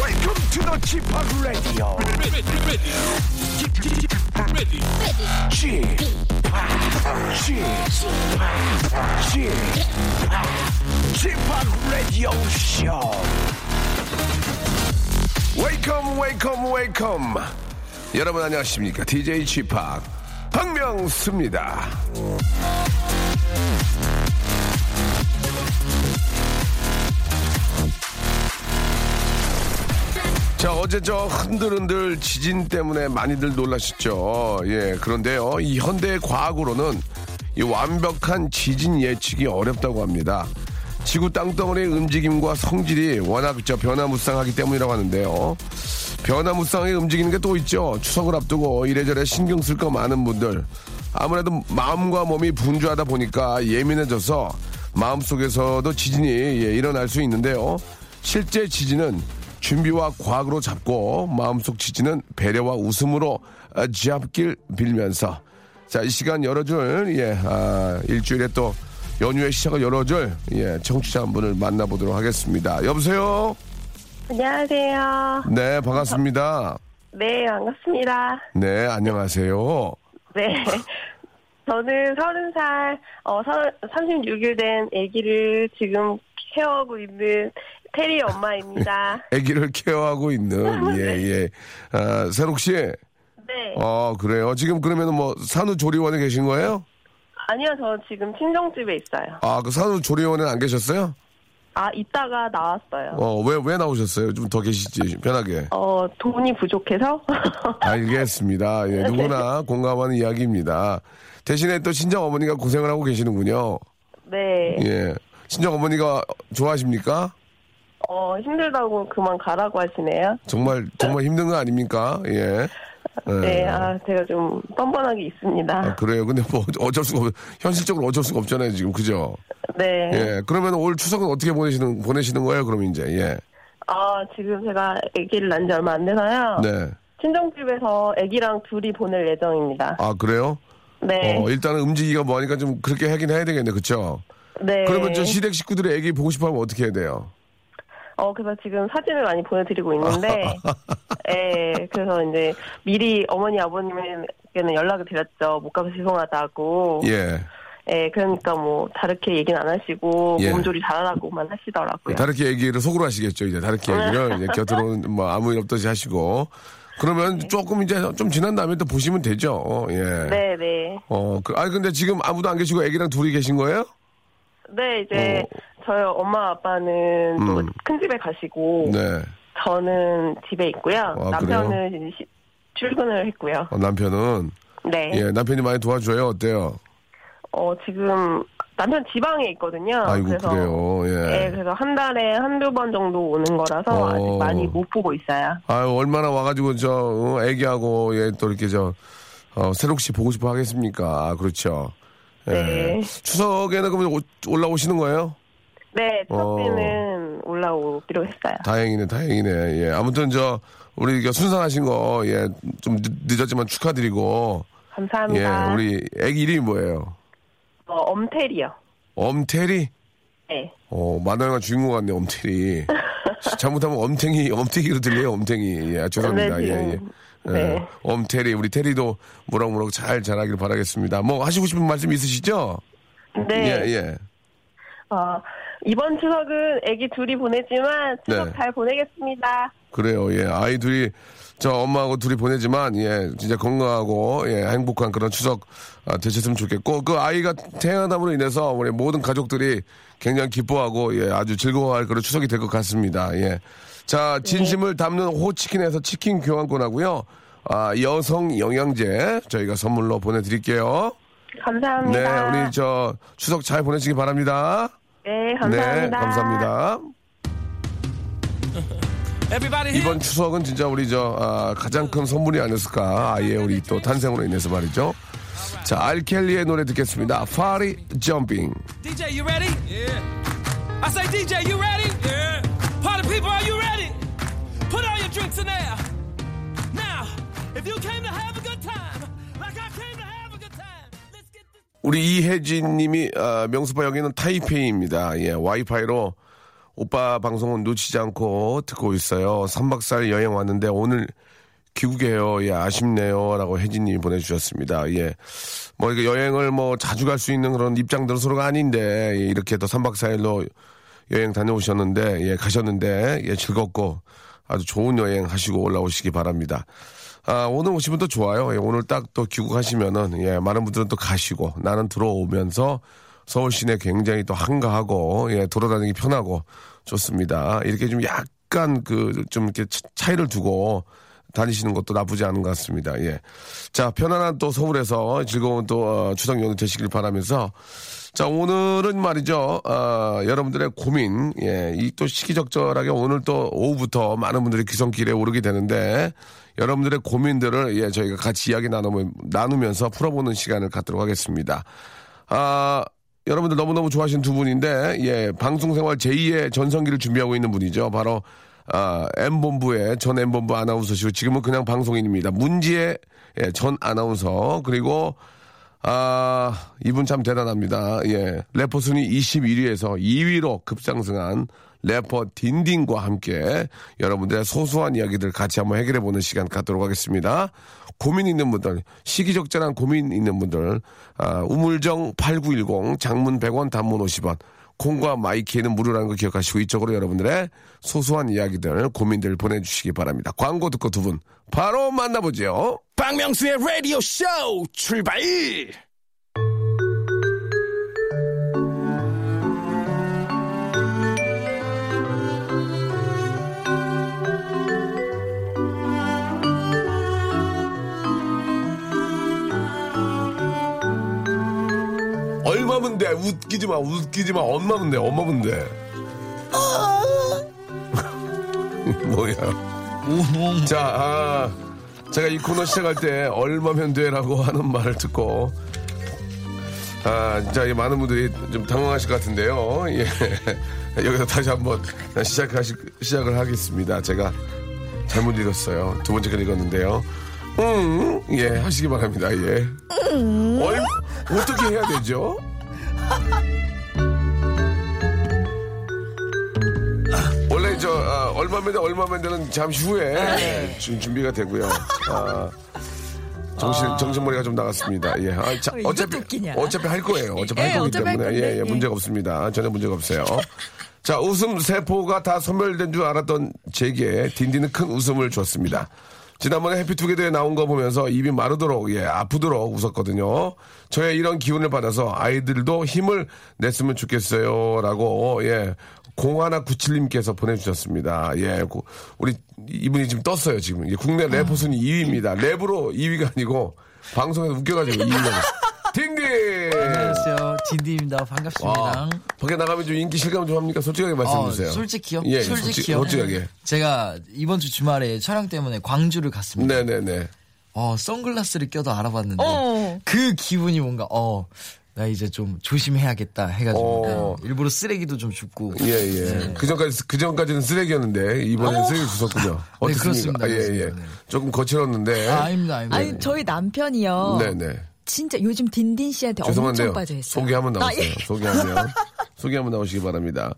Welcome to the g p o p Radio. g p o p g p o p Radio Show. Welcome, welcome, welcome. 여러분 안녕하십니까? DJ g p o p 박명수입니다. 자, 어제 저 흔들흔들 지진 때문에 많이들 놀라셨죠. 예, 그런데요. 이 현대의 과학으로는 이 완벽한 지진 예측이 어렵다고 합니다. 지구 땅덩어리의 움직임과 성질이 워낙 저 변화무쌍하기 때문이라고 하는데요. 변화무쌍하게 움직이는 게 또 있죠. 추석을 앞두고 이래저래 신경 쓸 거 많은 분들. 아무래도 마음과 몸이 분주하다 보니까 예민해져서 마음속에서도 지진이 예, 일어날 수 있는데요. 실제 지진은 준비와 과학으로 잡고 마음속 지진은 배려와 웃음으로 아, 잡길 빌면서 자 이 시간 열어줄 예 아, 일주일에 또 연휴의 시작을 열어줄 예 청취자 한 분을 만나보도록 하겠습니다. 여보세요. 안녕하세요. 네 반갑습니다. 네, 반갑습니다. 네 안녕하세요. 네. 저는 서른 살, 어, 서른- 36일 된 아기를 지금 케어하고 있는 테리 엄마입니다. 아기를 케어하고 있는 예 예. 아, 새록 씨. 네. 어 그래요. 지금 그러면은 뭐 산후조리원에 계신 거예요? 아니요, 저 지금 친정집에 있어요. 아 그 산후조리원에 안 계셨어요? 아, 이따가 나왔어요. 어 왜 왜 나오셨어요? 좀 더 계시지 편하게. 어, 돈이 부족해서? 알겠습니다. 예, 누구나 공감하는 이야기입니다. 대신에 또 친정 어머니가 고생을 하고 계시는군요. 네. 예. 친정 어머니가 좋아하십니까? 어, 힘들다고 그만 가라고 하시네요. 정말 정말 힘든 거 아닙니까? 예. 예. 네, 아, 제가 좀 뻔뻔하게 있습니다. 아, 그래요. 근데 뭐 어쩔 수가 없, 현실적으로 어쩔 수가 없잖아요, 지금. 그죠? 네. 예. 그러면 올 추석은 어떻게 보내시는 보내시는 거예요, 그럼 이제. 예. 아, 지금 제가 아기를 낳은 지 얼마 안 돼서요. 네. 친정집에서 아기랑 둘이 보낼 예정입니다. 아, 그래요? 네. 어, 일단은 움직이기가 뭐하니까 좀 그렇게 하긴 해야 되겠네. 그렇죠? 네. 그러면 저 시댁 식구들의 애기 보고 싶어 하면 어떻게 해야 돼요? 어, 그래서 지금 사진을 많이 보내드리고 있는데, 예, 그래서 이제 미리 어머니, 아버님에게는 연락을 드렸죠. 못 가서 죄송하다고. 예. 예. 그러니까 뭐, 다르게 얘기는 안 하시고, 예. 몸조리 잘하라고만 하시더라고요. 그 다르게 얘기를 속으로 하시겠죠. 이제 다르게 얘기를 이제 곁으로 뭐 아무 일 없듯이 하시고 그러면 조금 이제 좀 지난 다음에 또 보시면 되죠. 어, 예. 네, 네. 어, 그, 아니 근데 지금 아무도 안 계시고 애기랑 둘이 계신 거예요? 네, 이제, 저희 엄마, 아빠는 어. 음. 또 큰 집에 가시고, 네. 저는 집에 있고요. 아, 남편은 이제 시- 출근을 했고요. 어, 남편은 네. 예, 남편이 많이 도와줘요. 어때요? 어, 지금 남편 지방에 있거든요. 아이고 그래서 그래요 예. 네, 그래서 한 달에 한두 번 정도 오는 거라서 어. 아직 많이 못 보고 있어요. 아유, 얼마나 와가지고 저 어, 애기하고 예, 또 이렇게 저 어, 새록 씨 보고 싶어 하겠습니까? 아, 그렇죠. 예. 네. 추석에는 그러면 오- 올라오시는 거예요? 네, 어. 첫 때는 올라오기로 했어요. 다행이네, 다행이네. 예. 아무튼 저 우리 이게 순산하신 거, 예, 좀 늦- 늦었지만 축하드리고, 예, 감사합니다. 우리 애기 이름이 뭐예요? 어, 엄태리요. 엄태리? 네. 어, 만화영화 주인공 같네, 엄태리. 잘못하면 엄탱이, 엄탱이로 들려요, 엄탱이. 예, 아, 죄송합니다. 네, 예, 예. 지금. 예, 네. 엄태리, 우리 테리도 무럭무럭 잘 자라길 바라겠습니다. 뭐 하시고 싶은 말씀 있으시죠? 네. 예, 예. 어, 이번 추석은 아기 둘이 보내지만 추석 네. 잘 보내겠습니다. 그래요, 예. 아이 둘이, 저 엄마하고 둘이 보내지만, 예, 진짜 건강하고, 예, 행복한 그런 추석 아, 되셨으면 좋겠고, 그 아이가 태어남으로 인해서 우리 모든 가족들이 굉장히 기뻐하고, 예, 아주 즐거워할 그런 추석이 될 것 같습니다, 예. 자, 진심을 담는 호치킨에서 치킨 교환권 하고요. 아, 여성 영양제 저희가 선물로 보내드릴게요. 감사합니다. 네, 우리 저 추석 잘 보내시기 바랍니다. 네, 감사합니다. 네, 감사합니다. 이번 추석은 진짜 우리 저 아, 가장 큰 선물이 아니었을까? 아예 우리 또 탄생으로 인해서 말이죠. 자, 알켈리의 노래 듣겠습니다. 파리 점핑. DJ, you ready? Yeah. I say, DJ, you ready? Yeah. Party people, are you ready? Put all your drinks in there. Now, if you came to have a good time, like I came to have a good time, let's get this. 우리 이혜진 님이 아, 명수파 여기는 타이페이입니다. 예, 와이파이로 오빠 방송은 놓치지 않고 듣고 있어요. 3박 4일 여행 왔는데 오늘 귀국해요. 예, 아쉽네요. 라고 혜진 님이 보내주셨습니다. 예. 뭐, 이렇게 여행을 뭐 자주 갈 수 있는 그런 입장들은 서로가 아닌데, 예, 이렇게 또 3박 4일로 여행 다녀오셨는데, 예, 가셨는데, 예, 즐겁고 아주 좋은 여행 하시고 올라오시기 바랍니다. 아, 오늘 오시면 또 좋아요. 예, 오늘 딱 또 귀국하시면은, 예, 많은 분들은 또 가시고, 나는 들어오면서 서울 시내 굉장히 또 한가하고, 예, 돌아다니기 편하고, 좋습니다. 이렇게 좀 약간 그, 좀 이렇게 차- 차이를 두고, 다니시는 것도 나쁘지 않은 것 같습니다. 예. 자, 편안한 또 서울에서 즐거운 또 어, 추석 연휴 되시길 바라면서 자, 오늘은 말이죠. 어, 여러분들의 고민, 예, 이 또 시기적절하게 오늘 또 오후부터 많은 분들이 귀성길에 오르게 되는데 여러분들의 고민들을 예, 저희가 같이 이야기 나누면, 나누면서 풀어보는 시간을 갖도록 하겠습니다. 아, 여러분들 너무너무 좋아하시는 두 분인데, 예, 방송생활 제2의 전성기를 준비하고 있는 분이죠. 바로, 아, M본부의 전 M본부 아나운서시고, 지금은 그냥 방송인입니다. 문지의 예, 전 아나운서, 그리고, 아, 이분 참 대단합니다. 예, 래퍼 순위 21위에서 2위로 급상승한 래퍼 딘딘과 함께 여러분들의 소소한 이야기들 같이 한번 해결해 보는 시간 갖도록 하겠습니다. 고민 있는 분들, 시기적절한 고민 있는 분들, 아, 우물정 8910, 장문 100원, 단문 50원, 콩과 마이키에는 무료라는 거 기억하시고 이쪽으로 여러분들의 소소한 이야기들, 고민들 보내주시기 바랍니다. 광고 듣고 두 분 바로 만나보죠. 박명수의 라디오 쇼 출발! 얼마면 돼? 웃기지 마, 웃기지 마. 엄마면 돼, 엄마면 돼. 뭐야. 자, 아, 제가 이 코너 시작할 때 얼마면 돼라고 하는 말을 듣고 아, 진짜 이 많은 분들이 좀 당황하실 것 같은데요. 예. 여기서 다시 한번 시작하시, 시작을 하겠습니다. 제가 잘못 읽었어요. 두 번째 걸 읽었는데요. 음, 예, 하시기 바랍니다. 예. 얼, 어떻게 해야 되죠? 원래 저 아, 얼마면 돼 얼마면 되는 잠시 후에 네. 준- 준비가 되고요. 아, 정신 정신머리가 좀 나갔습니다. 예. 아, 자, 아. 이것도 어차피 웃기냐? 어차피 할 거예요. 어차피 예, 할 거기 어차피 할 때문에 건데. 예, 예, 예. 문제가 없습니다. 전혀 문제가 없어요. 자, 웃음 세포가 다 소멸된 줄 알았던 제게 딘딘은 큰 웃음을 줬습니다. 지난번에 해피투게더에 나온 거 보면서 입이 마르도록, 예, 아프도록 웃었거든요. 저의 이런 기운을 받아서 아이들도 힘을 냈으면 좋겠어요. 라고, 예, 공하나 구칠님께서 보내주셨습니다. 예, 고- 우리 이분이 지금 떴어요, 지금. 예, 국내 래퍼 순위 2위입니다. 랩으로 2위가 아니고 방송에서 웃겨가지고 2위가. 딘딘! 안녕하세요. 진디입니다. 반갑습니다. 아, 밖에 나가면 좀 인기 실감 좀 합니까? 솔직하게 말씀해 어, 주세요. 솔직히요? 예, 솔직히요? 네. 솔직, 하게 제가 이번 주 주말에 촬영 때문에 광주를 음. 갔습니다. 네네네. 어, 선글라스를 껴도 알아봤는데 어. 그 기분이 뭔가 어, 나 이제 좀 조심해야겠다 해가지고 네. 어. 일부러 쓰레기도 좀 줍고 예, 예. 네. 그 전까지, 그 전까지는 쓰레기였는데, 이번엔 쓰레기를 주셨군요. 어떻습니까? 어? 네, 그렇습니다. 아, 예, 예. 그렇습니다. 네. 조금 거칠었는데. 아, 아닙니다, 아닙니다. 아니 저희 남편이요. 네네. 진짜 요즘 딘딘 씨한테 죄송한데요. 엄청 빠져 있어요. 소개 한번 나오세요. 아, 예. 소개 한번. 소개 한번 나오시기 바랍니다.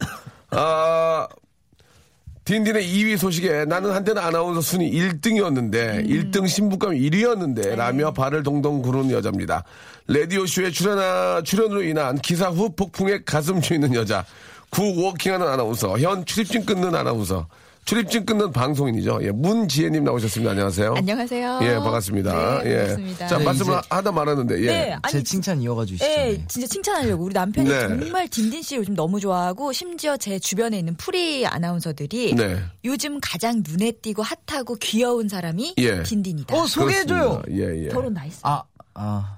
아, 딘딘의 2위 소식에 나는 한때는 아나운서 순위 1등이었는데 음. 1등 신부감 1위였는데 네. 라며 발을 동동 구르는 여자입니다. 라디오쇼에 출연하, 출연으로 인한 기사 후 폭풍에 가슴 조이는 여자. 구 워킹하는 아나운서. 현 출입증 끊는 아나운서. 출입증 끊는 방송인이죠. 예, 문지혜님 나오셨습니다. 안녕하세요. 안녕하세요. 예, 반갑습니다. 네, 예. 반갑습니다. 자, 네, 말씀을 이제- 하다 말았는데, 예. 네, 아니 제 칭찬 이어가지고 예, 시죠 진짜 칭찬하려고 우리 남편이 네. 정말 딘딘 씨 요즘 너무 좋아하고 심지어 제 주변에 있는 프리 아나운서들이 네. 요즘 가장 눈에 띄고 핫하고 귀여운 사람이 예. 딘딘이다. 어, 소개해줘요. 그렇습니다. 예, 예. 결혼 나 있어. 아, 아.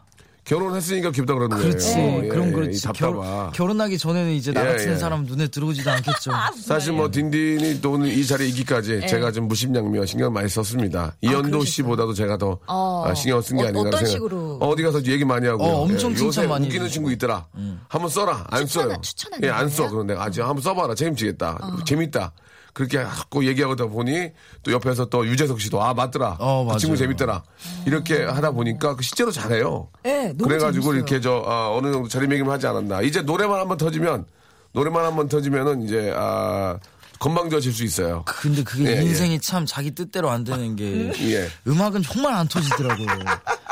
결혼했으니까 깊다 그러는 거예요. 그렇지. 예, 그럼 예, 그렇지. 이 결, 답답하. 결혼하기 전에는 이제 나 예, 같은 예. 사람 눈에 들어오지도 않겠죠. 아, 사실 뭐 딘딘이 또 오늘 이 자리에 예. 있기까지 제가 좀 무심양미와 신경 많이 썼습니다. 이현도 씨보다도 제가 더 아, 어. 아, 신경 쓴 게 어, 아닌가 어떤 생각. 식으로? 어디 가서 얘기 많이 하고 어, 엄청 요새 칭찬 많이 웃기는 해주시고. 음. 친구 있더라. 한번 써라. 안 추천하- 써요. 추천하는 예, 안 써. 거예요? 어. 그런데 아, 지금 한번 써봐라. 책임지겠다. 재밌다. 그렇게 자꾸 얘기하다 보니 또 옆에서 또 유재석 씨도 아 맞더라. 어, 그 친구 맞아요. 재밌더라. 이렇게 하다 보니까 그 실제로 잘해요. 네, 너무 그래가지고 재밌어요. 이렇게 저 어, 느 정도 자리매김을 하지 않았나. 이제 노래만 한번 터지면 노래만 한번 터지면은 이제 아 건방져질 수 있어요. 근데 그게 예, 예. 인생이 참 자기 뜻대로 안 되는 게 예. 음악은 정말 안 터지더라고요.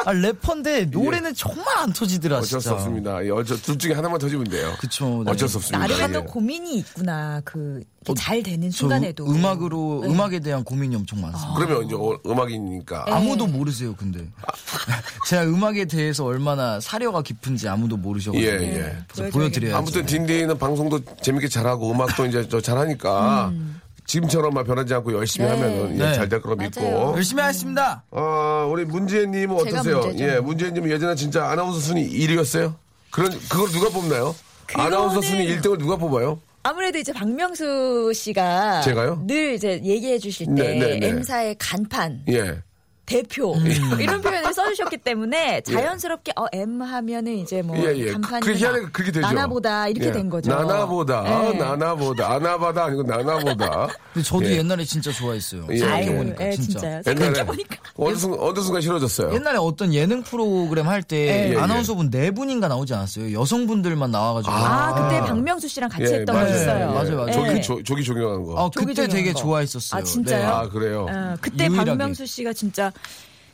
아, 래퍼인데 노래는 정말 안 아, 터지더라, 예. 어쩔 진짜. 수 없습니다. 예, 어쩔 둘 중에 하나만 터지면 돼요. 그쵸, 네. 어쩔 수 없습니다. 나름의 또 예. 고민이 있구나. 그, 이렇게 어, 잘 되는 저 순간에도. 음악으로 음악에 대한 고민이 엄청 많습니다. 그러면 이제 어, 음악이니까 예. 아무도 모르세요, 근데. 제가 음악에 대해서 얼마나 사려가 깊은지 아무도 모르셔가지고. 예, 예. 그래서 보여드려야죠. 아무튼 딘딘은 방송도 재밌게 잘하고 음악도 이제 저 잘하니까 음. 지금처럼만 변하지 않고 열심히 하면은 네. 잘 될 거로 믿고. 맞아요. 열심히 하겠습니다. 어, 우리 문재인님은 제가 어떠세요? 문제죠. 예, 문재인님은 예전에 진짜 아나운서 순위 1위였어요? 그런, 그걸 누가 뽑나요? 아나운서 순위 1등을 누가 뽑아요? 아무래도 이제 박명수 씨가 제가요? 늘 이제 얘기해 주실 때 네, 음. 네, 네. M사의 간판 예. 대표 이런 표현을 써주셨기 때문에 자연스럽게 어 M 하면은 이제 뭐 예, 예. 간판이 그게 나- 희한하게 그렇게 되죠. 나나보다 이렇게 예. 된 거죠. 나나보다, 예. 나나보다, 아나바다 아니고 나나보다. 근데 저도 예. 옛날에 진짜 좋아했어요. 예, 생각해 예. 보니까 예, 진짜. 진짜요. 옛날에 생각해보니까. 어느 순간, 어느 순간 싫어졌어요. 옛날에 어떤 예능 프로그램 할 때 예, 아나운서분 네 분인가 나오지 않았어요. 여성분들만 나와가지고. 아, 그때 박명수 씨랑 같이 예, 했던 맞아요. 거 있어요. 맞아요, 맞아요. 조기, 예. 조, 조기 종영한 거. 어, 그때 조기종이한 되게 거. 좋아했었어요. 아, 진짜요? 아, 그래요? 어, 그때 유일하게. 박명수 씨가 진짜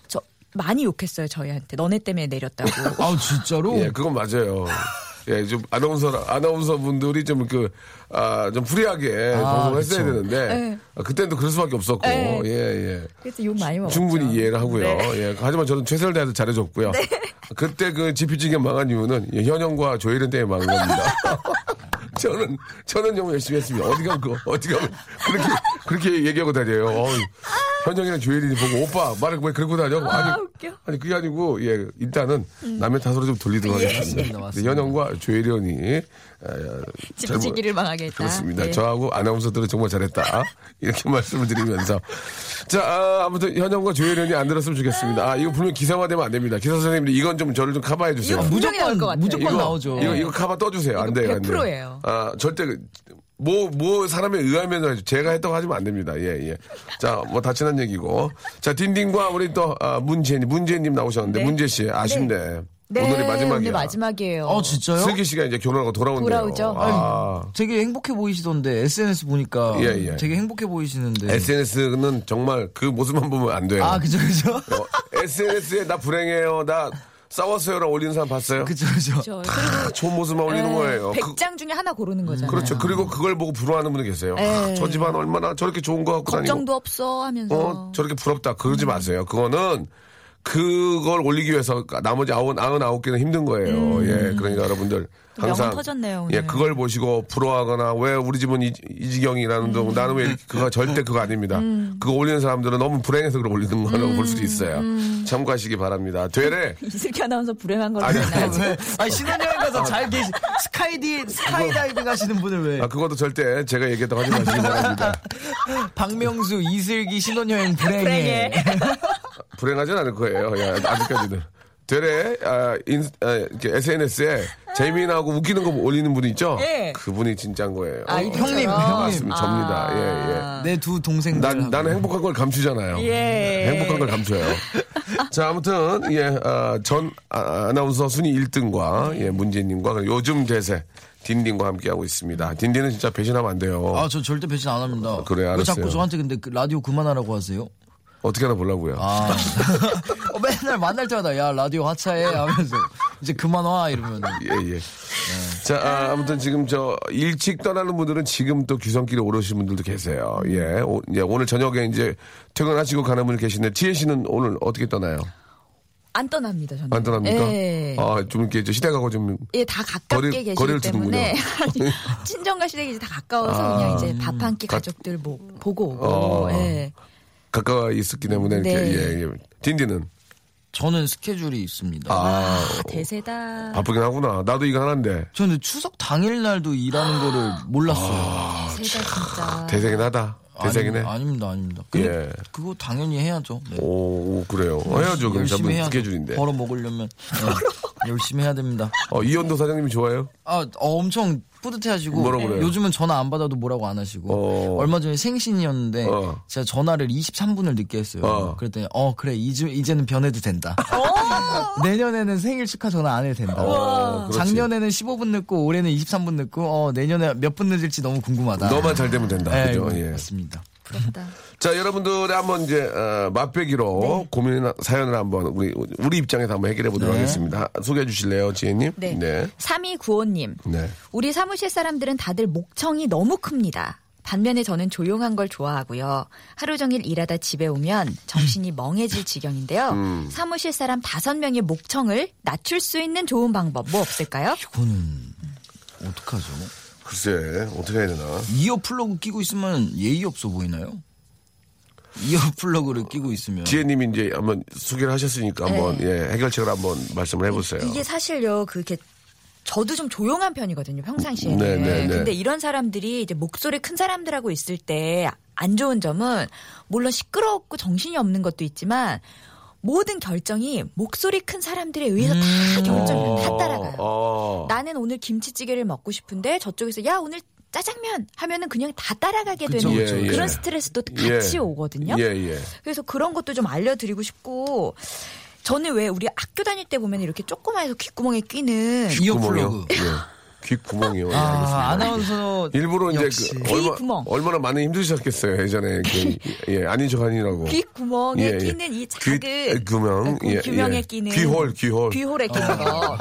저 많이 욕했어요 저희한테 너네 때문에 내렸다고. 네. 아우, 진짜로? 예, 그건 맞아요. 예, 좀 아나운서 아나운서 분들이 좀 그 아, 좀 프리하게 방송을 했어야 그쵸. 되는데 아, 그때는 그럴 수밖에 없었고 네. 예, 예. 그래서 욕 많이 먹었죠. 네. 충분히 이해를 하고요. 예, 하지만 저는 최선을 다해서 잘해줬고요. 그때 그 지피지게 망한 이유는 예, 현영과 조혜련 때문에 망한 겁니다. 저는 저는 너무 열심히 했습니다. 어디 가면 그- 어디 가면 그렇게 그렇게 얘기하고 다녀요. 어이, 현영이랑 조혜린이 보고 오빠 말을 왜 그러고 다녀? 아니 웃겨. 아니 그게 아니고 예 일단은 남의 탓으로 좀 돌리도록 예. 하겠습니다. 맞습니다, 맞습니다. 현영과 조혜련이 에, 네, 집지기를 망하게 했다. 그렇습니다. 네. 저하고 아나운서들은 정말 잘했다. 이렇게 말씀을 드리면서. 자, 아, 무튼 현영과 조혜련이 안 들었으면 좋겠습니다. 아, 이거 분명 기사화되면 안 됩니다. 기사 선생님들 이건 좀 저를 좀 커버해 주세요. 이거 분명히 나올 것 같아요. 그 무조건 이거, 나오죠. 이거, 이거 커버 떠주세요. 안 이거 돼요. 안 돼요. 100% 예요. 아, 절대, 그- 뭐, 뭐, 사람에 의하면 아주 제가 했다고 하시면 안 됩니다. 예, 예. 자, 뭐, 다 친한 얘기고. 자, 딘딘과 우리 또, 아, 문재인, 문재인님 나오셨는데, 문재씨, 아쉽네. 네, 오늘이 마지막이야. 오늘 마지막이에요. 어, 진짜요? 슬기 씨가 이제 결혼하고 돌아온대요. 돌아오죠. 아. 되게 행복해 보이시던데 SNS 보니까 예, 예. 되게 행복해 음. 보이시는데. SNS는 정말 그 모습만 보면 안 돼요. 어, 아, 그죠, 그죠? SNS에 나 불행해요, 나 싸웠어요랑 올리는 사람 봤어요? 그죠, 그죠. 저- 다 좋은 모습만 올리는 거예요. 그, 100장 중에 하나 고르는 거잖아요. 예. 렇죠 그리고 그걸 보고 부러워하는 분이 계세요. 아, 저 집안 얼마나 저렇게 좋은 거 갖고 다니고. 걱정도 없어 음. 하면서. 어, 저렇게 부럽다. 그러지 마세요. 그거는 그걸 올리기 위해서 나머지 아흔 아홉 개는 힘든 거예요. 예, 그러니까 여러분들 또 항상 음. 명언 터졌네요, 예, 오늘. 그걸 보시고 부러워하거나 왜 우리 집은 이, 이 지경이라는 음. 둥 나는 왜 이렇게 그거 절대 그거 아닙니다. 그거 올리는 사람들은 너무 불행해서 그걸 올리는 거라고 볼 수도 있어요. 참고하시기 바랍니다. 되레 음. 이슬기 아나운서 불행한 걸로 아니, 나요. 아니, 왜? 아니, 신혼여행 가서 잘 계시, 스카이디, 스카이다이빙 하시는 분을 왜? 아, 그것도 절대 제가 얘기했다고 하지 마시기 바랍니다. 박명수, 이슬기 신혼여행 불행해. 불행하진 않을 거예요. 야, 아직까지는. 되레 아, 인, 아, 이렇게 SNS에 재미나고 웃기는 거 올리는 분이 있죠? 예. 그분이 진짜인 거예요. 아, 이분처럼. 형님, 맞습니다. 형님. 접니다. 예, 예. 내 두 동생들. 난, 난 행복한 걸 감추잖아요. 예. 행복한 걸 감춰요. 자, 아무튼, 예, 아, 전 아, 나운서 순위 1등과, 예, 문재인님과, 그리고 요즘 대세, 딘딘과 함께하고 있습니다. 딘딘은 진짜 배신하면 안 돼요. 아, 저 절대 배신 안 합니다. 그래, 왜 알았어요. 자꾸 저한테 근데 그 라디오 그만하라고 하세요? 어떻게 하나 보려고요. 아. 어, 맨날 만날 때마다, 야, 라디오 하차해. 하면서. 이제 그만 와. 이러면. 예, 예. 자, 아, 아무튼 지금 저 일찍 떠나는 분들은 지금 또 귀성길에 오르신 분들도 계세요. 예. 오, 예, 오늘 저녁에 이제 퇴근하시고 가는 분이 계신데 지혜 씨는 오늘 어떻게 떠나요? 안 떠납니다, 저는. 안 떠납니까? 예. 아, 좀 이렇게 저 시댁하고 좀 예, 다 가깝게 거리- 계시기 거리를 때문에 두는군요. 아니, 친정과 시댁이 이제 다 가까워서 아. 그냥 이제 밥 한 끼 가족들 뭐, 보고 오고 어. 예. 가까이 있었기 때문에 이렇게 네. 예, 예. 딘딘은 저는 스케줄이 있습니다. 아, 아, 대세다. 바쁘긴 하구나. 나도 이거 하나인데. 저는 추석 당일날도 일하는 거를 아, 몰랐어요. 대세다 진짜. 대세긴 하다. 대세긴 해. 아니, 아닙니다, 아닙니다. 근데 예. 그거 당연히 해야죠. 네. 오, 오, 그래요. 해야죠. 그럼 열심히 잡은 해야죠. 스케줄인데. 벌어 먹으려면 네, 열심히 해야 됩니다. 어, 이현도 사장님이 좋아요? 아, 어, 엄청 뿌듯해하시고 뭐라 그래요? 요즘은 전화 안 받아도 뭐라고 안 하시고 어. 얼마 전에 생신이었는데 어. 제가 전화를 23분을 늦게 했어요. 어. 그랬더니 어 그래 이제 이제는 변해도 된다. 내년에는 생일 축하 전화 안 해도 된다. 어, 그렇지. 작년에는 15분 늦고 올해는 23분 늦고 어 내년에 몇 분 늦을지 너무 궁금하다. 너만 잘 되면 된다. 네, 그죠? 이거 예. 맞습니다. 부럽다. 자, 여러분들의 한번 이제, 어, 맛배기로 네. 고민 사연을 한번 우리, 우리 입장에서 한번 해결해 보도록 네. 하겠습니다. 소개해 주실래요, 지혜님? 네. 네. 3295님. 네. 우리 사무실 사람들은 다들 목청이 너무 큽니다. 반면에 저는 조용한 걸 좋아하고요. 하루 종일 일하다 집에 오면 정신이 멍해질 지경인데요. 음. 사무실 사람 다섯 명의 목청을 낮출 수 있는 좋은 방법 뭐 없을까요? 이거는 어떡하죠? 글쎄, 어떻게 해야 되나. 이어 플러그 끼고 있으면 예의 없어 보이나요? 이어 플러그를 끼고 있으면 지혜님이 이제 한번 소개를 하셨으니까 한번, 예, 해결책을 한번 말씀을 해보세요. 네. 이게 사실요, 그렇게 저도 좀 조용한 편이거든요, 평상시에는. 네, 네, 네. 근데 이런 사람들이 이제 목소리 큰 사람들하고 있을 때 안 좋은 점은 물론 시끄럽고 정신이 없는 것도 있지만 모든 결정이 목소리 큰 사람들에 의해서 다 결정이 다 따라가요. 음. 어, 나는 오늘 김치찌개를 먹고 싶은데 저쪽에서 야 오늘 짜장면 하면은 그냥 다 따라가게 그쵸, 되는 그쵸, 그런 예. 스트레스도 같이 예. 오거든요. 예, 예. 그래서 그런 것도 좀 알려드리고 싶고 저는 왜 우리 학교 다닐 때 보면 이렇게 조그마해서 귓구멍에 끼는 이어 구멍이요? 플러그 예. 귀 구멍이요. 예, 알겠습니다. 아, 아나운서 일부러 이제 역시. 그 귀 구멍. 얼마나 많이 힘드셨겠어요 예전에 그, 예 아닌 척 아니라고 귓구멍에 예, 예. 끼는 이 귀- 작은 구멍, 그 예, 규명에 예. 끼는 귀홀, 귀홀. 귀홀에 아, 끼는 거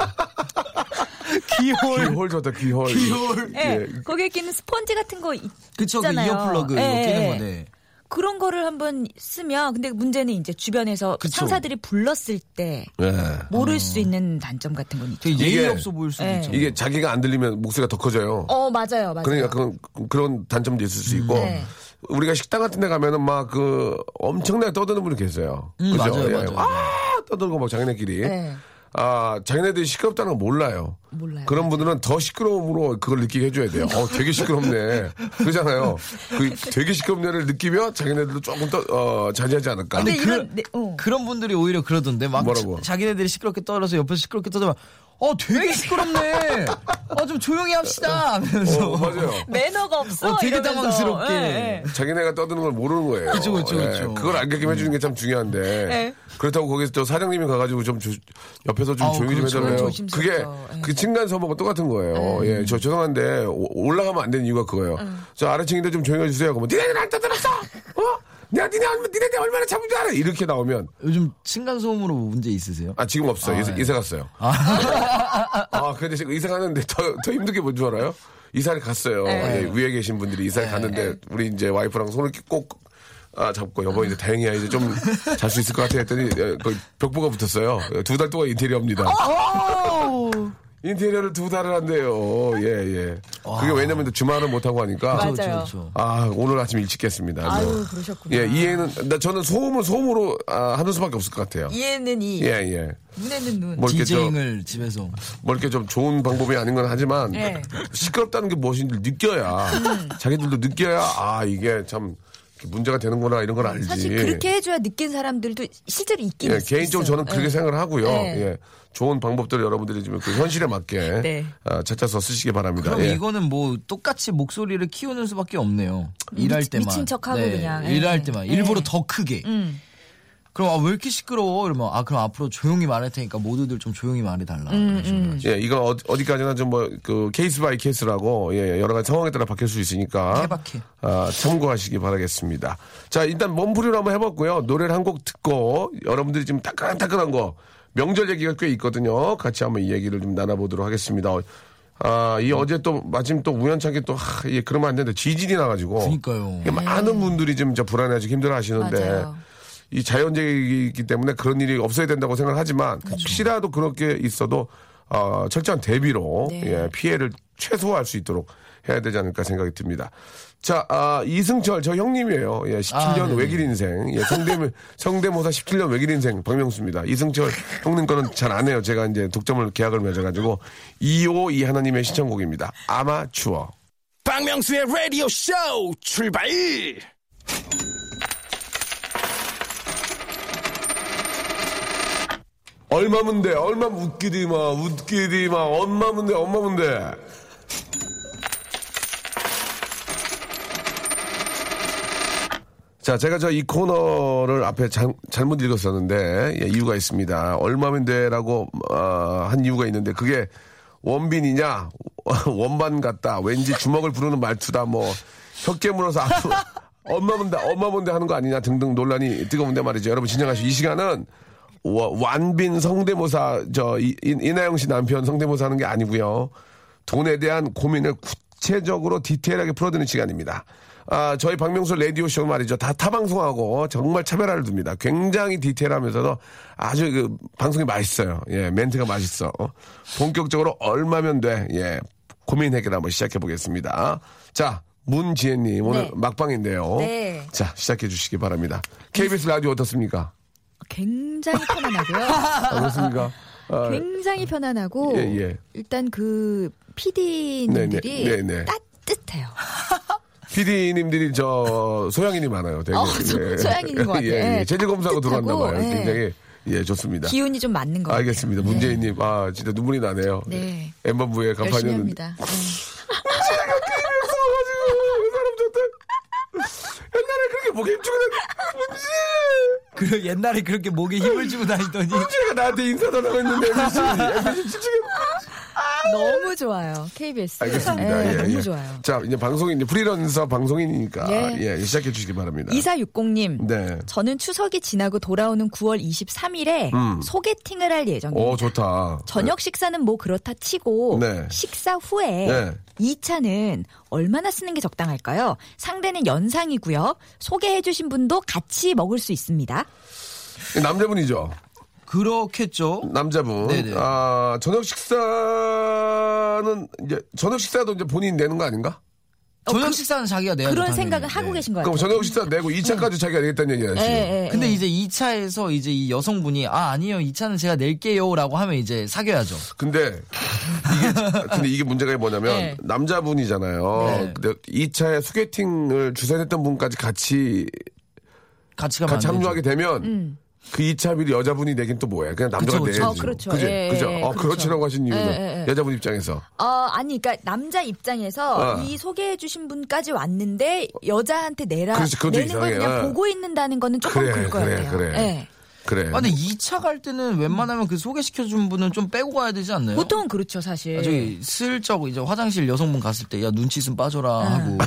귀홀 귀홀 좋다 귀홀 귀홀 예, 거기에 끼는 스펀지 같은 거 있- 그쵸 그 있잖아요. 이어 플러그 예, 이거 끼는 예. 건데 그런 거를 한번 쓰면 근데 문제는 이제 주변에서 그쵸. 상사들이 불렀을 때 예. 모를 수 있는 단점 같은 건 있죠. 되게 예의 이게- 없어 보일 수도 예. 있죠. 이게 자기가 안 들리면 목소리가 더 커져요 어 맞아요, 맞아요. 그러니까 그런 그런 단점도 있을 수 있고 네. 우리가 식당 같은 데 가면은 막 그 엄청나게 떠드는 분이 계세요 음, 그죠? 맞아요, 예. 맞아요. 아 떠들고 막 자기네끼리 네. 아, 자기네들이 시끄럽다는 걸 몰라요. 몰라요. 그런 분들은 더 시끄러움으로 그걸 느끼게 해줘야 돼요. 어, 되게 시끄럽네. 그러잖아요. 그 되게 시끄럽네를 느끼면 자기네들도 조금 더, 어, 자제하지 않을까. 근데 그- 이런 네, 어. 그런 분들이 오히려 그러던데 막 뭐라고? 자, 기네들이 시끄럽게 떨어서 옆에서 시끄럽게 떠들면 어 되게 시끄럽네. 어 좀 조용히 합시다. 하면서 어, 맞아요. 매너가 없어. 어, 되게 이러면서. 당황스럽게. 예, 예. 자기네가 떠드는 걸 모르는 거예요. 그쵸, 그쵸, 그쵸. 걸 알게끔 해주는 게 참 중요한데. 네. 그렇다고 거기서 또 사장님이 가가지고 좀 조- 옆에서 좀 아우, 조용히 좀 그렇죠. 해달래요. 조심스럽죠. 그게 네. 그 층간소음하고 똑같은 거예요. 예, 저 죄송한데 오- 올라가면 안 되는 이유가 그거예요. 음. 저 아래층인데 좀 조용히 해주세요. 그러면 니네들 안 떠들었어! 어? 내가 니네, 얼마- 니네들 얼마나 잡은 줄 알아! 이렇게 나오면 요즘 층간 소음으로 문제 있으세요? 아 지금 없어요. 이사, 예. 이사 갔어요. 아 근데 지금 이사 갔는데 더, 더 힘든 게 뭔 줄 알아요? 이사를 갔어요. 예, 위에 계신 분들이 이사를 갔는데 우리 이제 와이프랑 손을 이렇게 꼭 아, 잡고 여보 이제 다행이야 이제 좀 잘 수 있을 것 같아 했더니 예, 거의 벽보가 붙었어요. 예, 두 달 동안 인테리어입니다. 인테리어를 두 달을 한대요. 예 예. 그게 왜냐면 주말은 못 하고 하니까. 맞아요. 그렇죠. 아 오늘 아침 일찍 깼습니다. 아유, 뭐. 그러셨구나. 예 이해는 나 저는 소음은 소음으로 아, 하는 수밖에 없을 것 같아요. 이해는 이, 예 예. 눈에는 눈. 뭐 이렇게 저- 디제잉을 집에서 뭐 이렇게 좀 좋은 방법이 아닌 건 하지만 네. 시끄럽다는 게 무엇인지 느껴야 음. 자기들도 느껴야 아 이게 참 문제가 되는구나 이런 걸 알지. 사실 그렇게 해줘야 느낀 사람들도 실제로 있긴 예, 있- 개인적으로 있어요. 저는 그렇게 예. 생각을 하고요. 네. 예, 좋은 방법들을 여러분들이 좀 그 현실에 맞게 네. 아, 찾아서 쓰시기 바랍니다. 그럼 예. 이거는 뭐 똑같이 목소리를 키우는 수밖에 없네요. 일할 미친- 때만 네, 미친 척하고 그냥, 예. 일할 때만 예. 일부러 더 크게. 음. 그럼 아, 왜 이렇게 시끄러워? 이러면 아 그럼 앞으로 조용히 말할 테니까 모두들 좀 조용히 말해달라. 음, 이런 식으로 해야죠. 예, 이건 어, 어디까지나 좀 뭐 그 케이스 바이 케이스라고 예, 여러 가지 상황에 따라 바뀔 수 있으니까 케바케. 아, 참고하시기 바라겠습니다. 자, 일단 몸부림 한번 해봤고요. 노래를 한 곡 듣고 여러분들이 지금 따끈따끈한 거 명절 얘기가 꽤 있거든요. 같이 한번 이 얘기를 좀 나눠보도록 하겠습니다. 어, 아, 음. 이 어제 또 마침 또 우연찮게 또 하, 예, 그러면 안 되는데 지진이 나가지고 그러니까요. 음. 이게 많은 분들이 지금 저 불안해지고 힘들어하시는데 맞아요. 이 자연재해이기 때문에 그런 일이 없어야 된다고 생각하지만 혹시라도 그렇게 있어도 어, 철저한 대비로 네. 예, 피해를 최소화할 수 있도록 해야 되지 않을까 생각이 듭니다. 자, 아, 이승철, 저 형님이에요. 예, 17년 네네. 외길 인생. 예, 성대, 성대모사 17년 외길 인생, 박명수입니다. 이승철 형님 거는 잘 안 해요. 제가 이제 독점을 계약을 맺어가지고. 252 하나님의 신청곡입니다. 아마추어. 박명수의 라디오 쇼 출발! 얼마면 돼? 얼마면 웃기디 마, 웃기디 마, 엄마면 돼, 엄마면 돼. 자, 제가 저 이 코너를 앞에 잘, 못 읽었었는데, 예, 이유가 있습니다. 얼마면 돼? 라고, 어, 한 이유가 있는데, 그게 원빈이냐, 원반 같다, 왠지 주먹을 부르는 말투다, 뭐, 혀깨 물어서 아프, 엄마 본다, 엄마 본다 하는 거 아니냐 등등 논란이 뜨거운데 말이죠. 여러분, 진정하시고, 이 시간은 와- 완빈 성대모사 저 이- 이- 이나영 씨 남편 성대모사 하는 게 아니고요. 돈에 대한 고민을 구체적으로 디테일하게 풀어드리는 시간입니다. 아, 저희 박명수 라디오 쇼 말이죠. 다 타방송하고 정말 차별화를 둡니다. 굉장히 디테일하면서도 아주 그 방송이 맛있어요. 예, 멘트가 맛있어. 본격적으로 얼마면 돼? 예, 고민 해결 한번 시작해 보겠습니다. 자, 문지혜님 오늘 네. 막방인데요. 네. 자, 시작해 주시기 바랍니다. KBS 라디오 어떻습니까? 굉장히 편안하고요. 어떻습니까? 아, 굉장히 편안하고 예, 예. 일단 그 PD님들이 네, 네, 네, 네. 따뜻해요. PD님들이 저 소양인이 많아요. 되게. 어, 소- 소양인인 것 같아요. 예, 예. 예, 재질 검사하고 따뜻하고, 들어왔나 봐요. 예. 굉장히 예 좋습니다. 기운이 좀 맞는 것 같아요. 알겠습니다. 문재인님 아 진짜 눈물이 나네요. 예. 네. 엠번부의 열심히 간판이었는데 아, 그 합니다. 네. 싸워가지고 이 사람 좋다. 옛날에 그렇게 목에 힘주고 다니 문지 그 옛날에 그렇게 목에 힘을 주고 다니더니 문지가 나한테 인사달라고 했는데 MBC MBC 칠칠이 네. 너무 좋아요. KBS. 알겠습니다. 네, 예, 너무 예. 좋아요. 자 이제 방송인 이제 프리랜서 방송인이니까 예. 예 시작해 주시기 바랍니다. 2460님. 네. 저는 추석이 지나고 돌아오는 9월 23일에 음. 소개팅을 할 예정입니다. 오 좋다. 저녁 식사는 뭐 그렇다 치고 네. 식사 후에 네. 2차는 얼마나 쓰는 게 적당할까요? 상대는 연상이고요. 소개해 주신 분도 같이 먹을 수 있습니다. 남자분이죠. 그렇겠죠. 남자분. 네네. 아, 저녁 식사는 이제 저녁 식사도 이제 본인이 내는 거 아닌가? 저녁 식사는 자기가 내야 어, 그 네. 그런 생각을 하고 계신 것 같아요. 그럼 저녁 식사 내고 2차까지 자기가 내겠다는 얘기야, 지금. 예, 예, 예. 근데 이제 2차에서 이제 이 여성분이 아 아니요 2차는 제가 낼게요라고 하면 이제 사귀어야죠. 근데 이게 근데 이게 문제가 뭐냐면 네. 남자분이잖아요. 네. 근데 2차에 소개팅을 주선했던 분까지 같이 같이 가면 같이 안 되죠. 합류하게 되면 그 2차 비를 여자분이 내긴 또 뭐야. 그냥 남자가 그쵸, 그쵸. 내야지. 어, 그렇죠. 그죠? 예, 예, 그죠? 예, 어, 그렇죠. 그렇지라고 하신 이유는 예, 예, 예. 여자분 입장에서 어, 아니, 그러니까 남자 입장에서 어. 이 소개해 주신 분까지 왔는데 여자한테 내라 그렇지, 그건 좀 내는 걸 이상해요. 그냥 어. 보고 있는다는 거는 조금 그래, 그럴 거 그래, 같아요. 그래. 예. 그래. 아, 근데 2차 갈 때는 웬만하면 그 소개시켜준 분은 좀 빼고 가야 되지 않나요? 보통은 그렇죠, 사실. 나중에 슬쩍 이제 화장실 여성분 갔을 때 야 눈치 좀 빠져라 아, 하고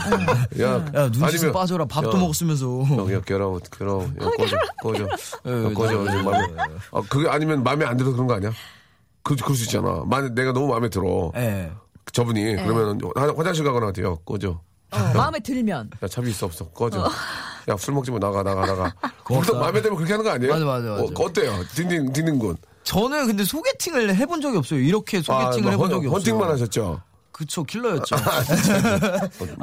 야, 야 눈치 좀 아니면- 빠져라 밥도 야. 먹었으면서 여기 겨러워 겨러워 야, 꺼져 꺼져 야, 예, 꺼져 나- 이제 마음에 아 그게 아니면 마음에 안 들어서 그런 거 아니야? 그 그럴 수 있잖아. 만약 내가 너무 마음에 들어 예. 저분이 그러면 화장실 가거나 어때요? 꺼져 어, 마음에 들면. 야 차비 있어 없어 꺼져 야 술 먹지 마 나가 나가 나가 보통 마음에 들면 그렇게 하는 거 아니에요? 맞아, 맞아, 맞아. 어, 어때요? 딩딩 딩딩군 저는 근데 소개팅을 해본 적이 없어요. 이렇게 소개팅을 아, 해본 헌- 적이 없어요. 헌팅만 하셨죠? 그쵸 킬러였죠. 아,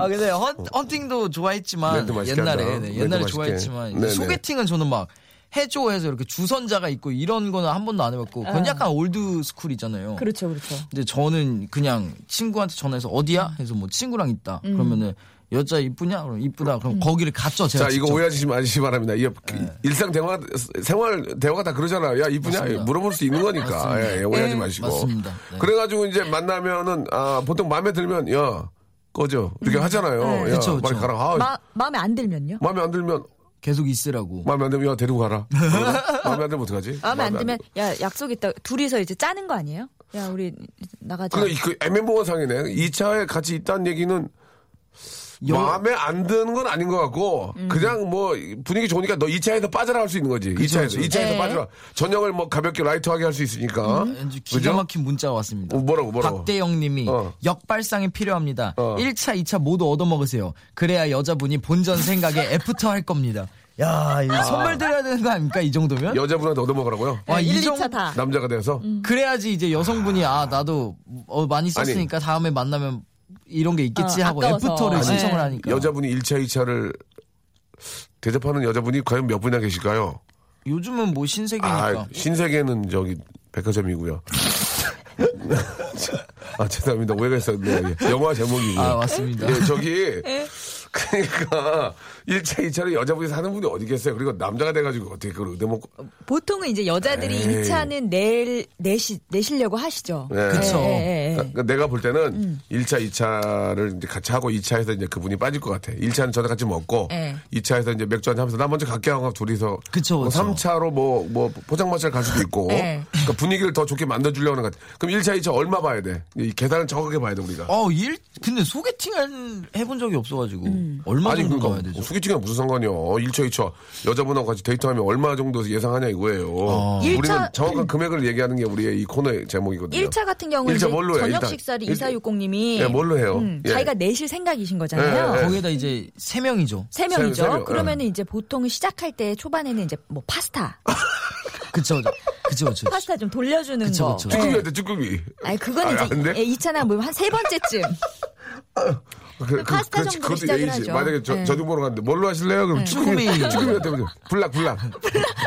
아 근데 헌, 헌팅도 좋아했지만 어. 멘트 맛있게 옛날에 한다. 네, 멘트 옛날에 맛있게. 좋아했지만 이제 네네. 소개팅은 저는 막 해줘 해서 이렇게 주선자가 있고 이런 거는 한 번도 안 해봤고 그건 약간 올드 스쿨이잖아요. 아. 그렇죠, 그렇죠. 근데 저는 그냥 친구한테 전화해서 음. 어디야? 해서 뭐 친구랑 있다. 그러면은 여자 이쁘냐? 그럼 이쁘다. 음. 그럼 거기를 갔죠 제가. 자 이거 직접. 오해하시지 마시기 바랍니다. 이 일상 대화 생활 대화가 다 그러잖아요. 야 이쁘냐 네. 맞습니다. 물어볼 수 있는 거니까 맞습니다. 예, 예, 오해하지 예, 마시고. 맞습니다. 네. 그래가지고 이제 만나면은 아, 보통 마음에 들면 야 꺼져 이렇게 하잖아요. 야, 음. 네. 그쵸, 빨리 그쵸. 가라. 아, 마, 마음에 안 들면요? 마음에 안 들면 계속 있으라고. 마음에 안 들면 야 데리고 가라. 그러나? 마음에 안 들면 어떡하지? 마음에 안 들면 야 약속 있다 둘이서 이제 짜는 거 아니에요? 야 우리 나가자. 근데 그 애매모호 상이네. 이차에 같이 있다는 얘기는 여- 마음에 안 드는 건 아닌 것 같고 그냥 뭐 분위기 좋으니까 너 이차에서 빠져라 할 수 있는 거지. 이차에서 음. 그쵸. 이차에서 네. 빠져라. 저녁을 뭐 가볍게 라이트하게 할 수 있으니까. 왠지 음, 기가 그죠? 막힌 문자가 왔습니다. 어, 뭐라고, 뭐라고? 박대영님이 어. 역발상이 필요합니다. 어. 1차, 2차 모두 얻어먹으세요. 그래야 여자분이 본전 생각에 애프터 할 겁니다. 야, 이거 선물 드려야 되는 거 아닙니까? 이 정도면? 아. 여자분한테 얻어먹으라고요? 와, 음. 네, 이 1, 2차 정도- 다. 남자가 돼서? 그래야지 이제 여성분이 아 나도 어, 많이 썼으니까 다음에 만나면 이런 게 있겠지 어, 하고 아까워서. 애프터를 아니, 신청을 네. 하니까 여자분이 1차, 2차를 대접하는 여자분이 과연 몇 분이나 계실까요? 요즘은 뭐 신세계니까 아, 신세계는 저기 백화점이고요. 아, 죄송합니다. 오해가 있었네요. 예. 영화 제목이고요. 아, 맞습니다. 예, 저기 그러니까 1차, 2차를 여자분이 사는 분이 어디 계세요? 그리고 남자가 돼 가지고 어떻게 그걸 얻어먹고 보통은 이제 여자들이 에이. 2차는 낼, 내시, 내시려고 하시죠. 예. 그쵸. 예, 예, 예. 그러니까 내가 볼 때는 음. 일 1차, 2차를 이제 같이 하고 2차에서 이제 그분이 빠질 것 같아. 1차는 저도 같이 먹고 예. 네. 이 2차에서 이제 맥주 한잔 하면서 나 먼저 갈게 하고 둘이서 그쵸, 뭐 그쵸. 3차로 뭐, 뭐 포장마차를 갈 수도 있고 예. 네. 그러니까 분위기를 더 좋게 만들어주려고 하는 것 같아. 그럼 1차, 2차 얼마 봐야 돼? 이 계산을 정확하게 봐야 돼, 우리가. 어, 일 근데 소개팅 한- 해본 적이 없어가지고 음. 얼마 아니, 정도 그러니까 가야 되죠? 소개팅이 무슨 상관이요. 1차, 2차. 여자분하고 같이 데이트하면 얼마 정도 예상하냐 이거예요. 아. 우리는 1차 정확한 금액을 얘기하는 게 우리의 이 코너의 제목이거든요. 1차 같은 경우는 일차 이제 뭘로 해요, 저녁 일단? 식사를 일- 2460님이 음, 예, 뭘로 해요? 예. 자기가 내실 생각이신 거잖아요. 예, 예, 예. 거기에다 이제 세 명이죠. 세 세 명, 명이죠. 예. 아, 그러면 은 이제 보통 시작할 때 초반에는 이제 뭐 파스타, 그쵸, 그쵸, 그쵸, 그쵸. 파스타 좀 돌려주는 그쵸, 거. 그쵸. 예. 쭈꾸미한테 쭈꾸미. 아니 그건 아, 안 돼? 이제 예, 2차나 뭐 한 세 번째쯤. 그, 파스타 그렇지. 정도로 그것도 시작을 예의지. 하죠. 만약에 저, 네. 저도 보러 갔는데 뭘로 하실래요? 그럼 쭈꾸미. 쭈꾸미. 쭈꾸미한테 보죠. 불락, 불락.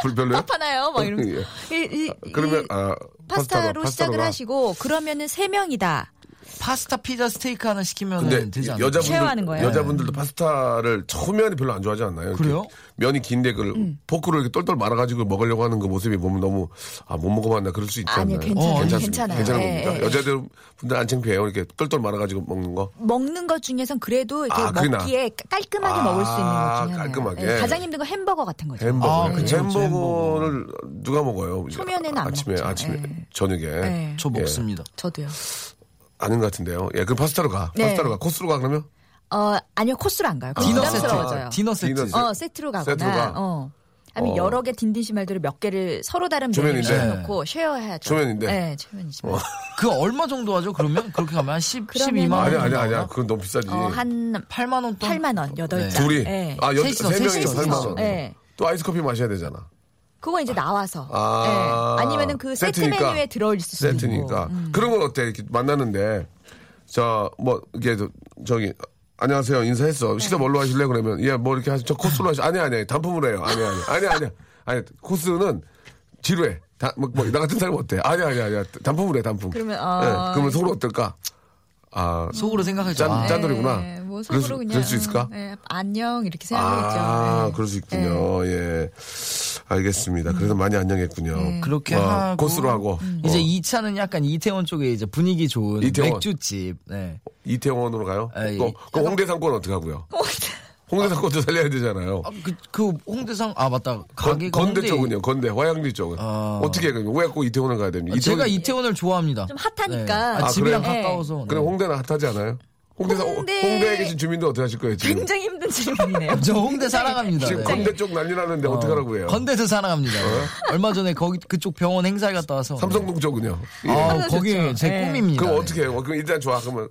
불 별로요? 파나요? 막 이런. 예. 일- 일- 일- 그러면, 아, 파스타로 시작을 가. 하시고 그러면은 세 명이다. 파스타, 피자, 스테이크 하나 시키면 근데 되지 않나요? 네. 쉐어하는 여자분들, 거예요. 여자분들도 파스타를 처음에는 별로 안 좋아하지 않나요? 이렇게 그래요? 면이 긴데 그걸 음. 포크로 이렇게 똘똘 말아가지고 먹으려고 하는 그 모습이 보면 너무 아, 못 먹어봤나 그럴 수 있지 아니요, 않나요? 괜찮아요. 어, 괜찮습니다. 괜찮아요. 괜찮은 예, 겁니까? 예, 예. 여자들 분들 안 창피해요. 이렇게 똘똘 말아가지고 먹는 거. 먹는 것 중에선 그래도 이렇게 아, 그게 나아. 먹기에 깔끔하게 아, 먹을 수 있는 것 중에 하나예요. 깔끔하게. 예, 가장 힘든 건 햄버거 같은 거죠. 햄버거. 아, 그 그렇죠. 햄버거를 누가 먹어요? 초면에는 안 아침에, 먹죠. 아침에, 예. 저녁에. 예. 저 먹습니다. 저도요. 아닌 것 같은데요. 예, 그럼 파스타로 가. 네. 파스타로 가. 코스로 가 그러면? 어 아니요 코스로 안 가요. 그건 디너 부담스러워져요. 세트. 디너 세트. 디너 세트. 어 세트로 가거나 세트로 가. 어 아니면 어. 여러 개 딘딘 시말들을 몇 개를 서로 다른 메뉴에 초면인데? 넣고 쉐어해야죠. 초면인데? 어, 네, 초면이지만 그 얼마 정도 하죠? 그러면 그렇게 가면 한 10, 그러면 12만 원. 아니야, 정도 아니야, 아니야. 하나? 그건 너무 비싸지. 어, 한 8만 원 돈. 8만 원 여덟 네. 장. 예. 둘이? 네. 아, 여, 셋이서, 세 명이 셋이서. 8만 원. 네. 또 아이스 커피 마셔야 되잖아. 그거 이제 나와서. 아. 아. 아니면은 그 세트 세트니까. 메뉴에 들어올 수 있고. 음. 세트니까. 그런 건 어때? 이렇게 만나는데. 자, 뭐, 이게, 저- 저기, 안녕하세요. 네. 인사했어. 식사 뭘로 하실래요? 그러면, 예, 뭐 이렇게 하시, 저 코스로 하시, 아니, 아니, 단품으로 해요. 아니, 아니, 아니, 아니, 아니, 코스는 지루해. 다, 뭐, 뭐, 나 같은 사람 어때? 아니, 아니, 아니, 단품으로 해, 단품. 그러면, 예, 어. 그러면 속으로 어떨까? 아, 속으로 생각하죠. 짠, 아, 짠. 짠돌이구나. 예, 뭐 그럴 속으로 수- 그냥 그럴 수 있을까? 어, 예, 안녕 이렇게 생각했죠. 아, 예. 그럴 수 있군요. 예. 알겠습니다. 그래서 많이 안녕했군요. 네. 네. 그렇게 어, 하고. 음. 코스로 하고. 음. 이제 어, 2차는 약간 이태원 쪽에 이제 분위기 좋은 이태원. 맥주집. 네. 이태원으로 가요? 아, 예. 그, 그 홍대 상권 어떻게 하고요? 홍대 상권도 살려야 되잖아요. 아, 그, 그 홍대상 아 맞다 건, 가게가 건대 홍대에- 쪽은요, 건대, 화양리 쪽은. 아. 어떻게, 해요? 왜 꼭 이태원을 가야 됩니까? 아, 제가 이태원- 이태원을 좋아합니다. 좀 네. 핫하니까. 아, 아, 집이랑 그래요? 가까워서. 네. 그럼 홍대는 핫하지 않아요? 홍대, 상 홍대- 홍대에 계신 주민들 어떻게 하실 거예요, 지금? 굉장히 힘든 질문이네요. 저 홍대 사랑합니다. 지금 네. 건대 쪽 난리 나는데 어떻게 하라고 해요? 건대에서 사랑합니다. 얼마 전에 거기 그쪽 병원 행사에 갔다 와서 삼성동 쪽은요? 예. 아, 거기 제 네. 꿈입니다. 그럼 어떻게 해요? 그럼 일단 좋아. 그러면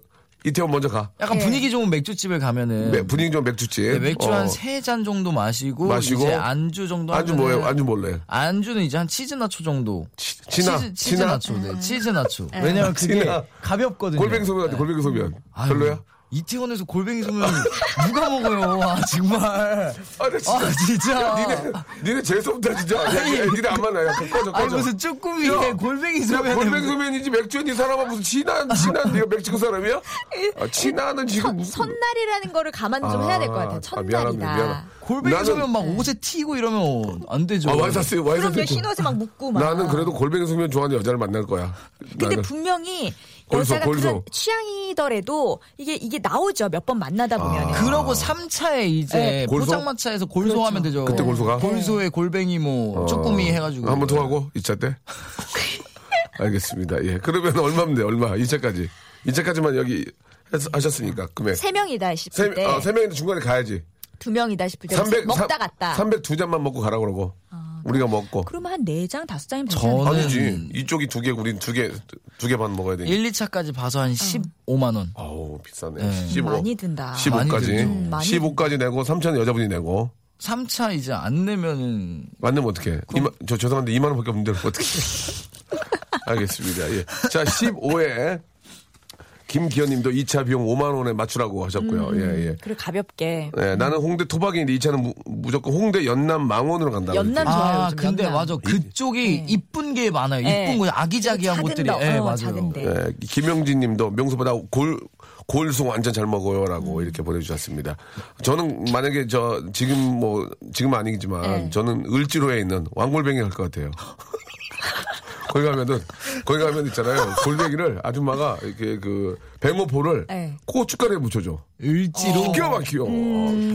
이태원 먼저 가. 약간 분위기 좋은 맥주집에 가면은 매- 분위기 좀 맥주집. 네, 맥주 어. 한 세 잔 정도 마시고, 마시고 이제 안주 정도 안주 하면은 뭐예요? 안주 몰래. 안주는 이제 한 치즈 나초 정도. 치- 진화, 치즈, 치즈 진화? 나초, 네, 치즈 나초. 왜냐면 그게 진화. 가볍거든요. 골뱅이 소면 어때? 골뱅이 소면. 아유, 별로야? 이태원에서 골뱅이 소면 누가 먹어요? 아 정말. 아, 나 진짜. 아 진짜. 야, 니네, 니네 재수없다, 진짜. 야, 야, 야, 니네 안 만나. 야, 꺼져, 아니 꺼져. 무슨 쭈꾸미에 골뱅이 야, 소면. 골뱅이 소면이지 맥주니 사람아 무슨 친한 친한 네가 멕시코 사람이야? 아, 친한은 지금 무슨 그 선날이라는 거를 감안 좀 해야 될 것 같아요. 아, 미안합니다, 첫날이다. 미안합니다. 골뱅이 나는- 소면 막 옷에 튀고 이러면 안 되죠. 아 와이사스 그럼 와이사스 왜 입고. 신호지 막 묶고 막. 나는 그래도 골뱅이 소면 좋아하는 여자를 만날 거야. 근데 나는. 분명히 골소, 여자가 골소. 그런 취향이더라도 이게 이게 나오죠. 몇 번 아. 만나다 보면. 그러고 3차에 이제 네. 그렇죠. 골소? 포장마차에서 골소 하면 되죠. 네. 그때 골소가? 어. 골소에 골뱅이 뭐 쭈꾸미 해가지고. 한번 통하고 2차 때. 알겠습니다. 예. 그러면 얼마면 돼? 얼마? 2차까지. 2차까지만 여기 했- 하셨으니까 금액. 세 명이다 싶을 세, 때, 어, 세 명인데 중간에 가야지. 두 명이다 싶을 때 300 먹다 갔다. 302잔만 먹고 가라 그러고. 우리가 먹고. 그러면 한 네 장, 다섯 장이면 저- 되잖아요. 아니지. 이쪽이 두 개, 우린 두 개, 두 개만 먹어야 되니까. 1, 2차까지 봐서 한 15만원. 아우, 비싸네. 네. 15. 많이 든다. 많이 15까지. 들죠. 음, 많이 15까지 내고, 3천원 여자분이 내고. 3차 이제 안 내면은 만나면 어떡해. 이만, 저 죄송한데 2만 원밖에 없는데 어떡해. 알겠습니다. 예. 자, 15회. 김기현 님도 2차 비용 5만 원에 맞추라고 하셨고요. 음. 예, 예. 그리고 가볍게. 예, 나는 홍대 토박이인데 2차는 무, 조건 홍대 연남 망원으로 간다고. 연남 좋아요. 아, 요즘 근데 연남. 맞아. 그쪽이 이쁜 게 많아요. 네. 이쁜 거 아기자기한 작은 것들이. 거, 예, 어, 맞아요. 작은데. 예, 김영진 님도 명수보다 골, 골수 완전 잘 먹어요. 라고 음. 이렇게 보내주셨습니다. 저는 만약에 저, 지금 뭐, 지금 아니지만 네. 저는 을지로에 있는 왕골뱅이 갈 것 같아요. 거기 가면은, 거기 가면 있잖아요. 골뱅이를 아줌마가 이렇게 그, 배모포를 네. 고춧가루에 묻혀줘. 을지로. 기가 막혀.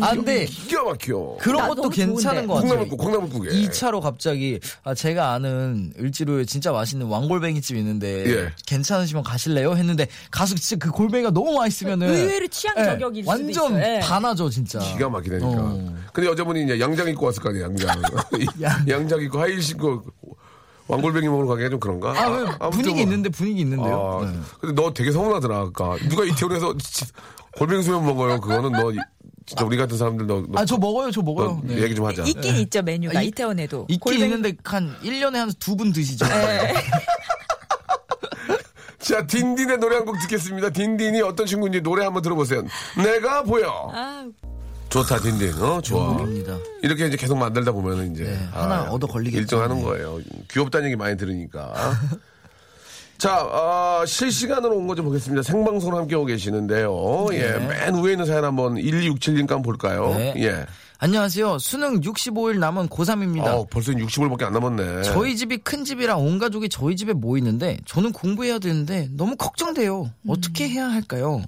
아, 근데 기가 막혀. 어. 그런 어. 나도 것도 괜찮은 좋은데. 것 같아요. 콩나물국, 콩나물국에. 2차로 갑자기 아, 제가 아는 을지로에 진짜 맛있는 왕골뱅이 집 있는데 예. 괜찮으시면 가실래요? 했는데 가서 진짜 그 골뱅이가 너무 맛있으면은 예, 의외로 취향 저격일 수도 완전 있어요. 예. 반하죠 진짜. 기가 막히다니까. 그러니까. 어. 근데 여자분이 이제 양장 입고 왔을 거 아니야, 양장. 이 양장 입고 하이힐 신고 왕골뱅이 먹으러 가기가 좀 그런가? 아, 왜 아무튼 분위기 뭐. 있는데 분위기 있는데요. 아, 네. 근데 너 되게 서운하더라, 아까. 누가 이태원에서 지- 골뱅이 수염 먹어요. 그거는 너, 이- 진짜 우리 같은 사람들 너, 너, 아, 저 먹어요, 저 너 먹어요. 네. 그렇죠. 얘기 좀 하자. 있긴 있죠 메뉴가 아, 이- 이태원에도. 있긴 골뱅이- 예. 있는데 한 1년에 한 두 분 드시죠. 네, 자, 딘딘의 노래 한 곡 듣겠습니다. 딘딘이 어떤 친구인지 노래 한번 들어보세요. 내가 보여. 좋다, 딘딘. 어, 좋아. 입니다. 이렇게 이제 계속 만들다 보면은 이제 아, 네, 하나 얻어 걸리겠죠. 일정하는 네. 거예요. 귀엽다는 얘기 많이 들으니까. 자, 아, 실시간으로 온 거 좀 보겠습니다. 생방송으로 함께하고 계시는데요. 예, 맨 위에 있는 사연 한번 1267님께 한번 볼까요? 네. 예. 안녕하세요. 수능 65일 남은 고3입니다. 어, 벌써 60일밖에 안 남았네. 저희 집이 큰 집이라 온 가족이 저희 집에 모이는데 저는 공부해야 되는데 너무 걱정돼요. 어떻게 해야 할까요?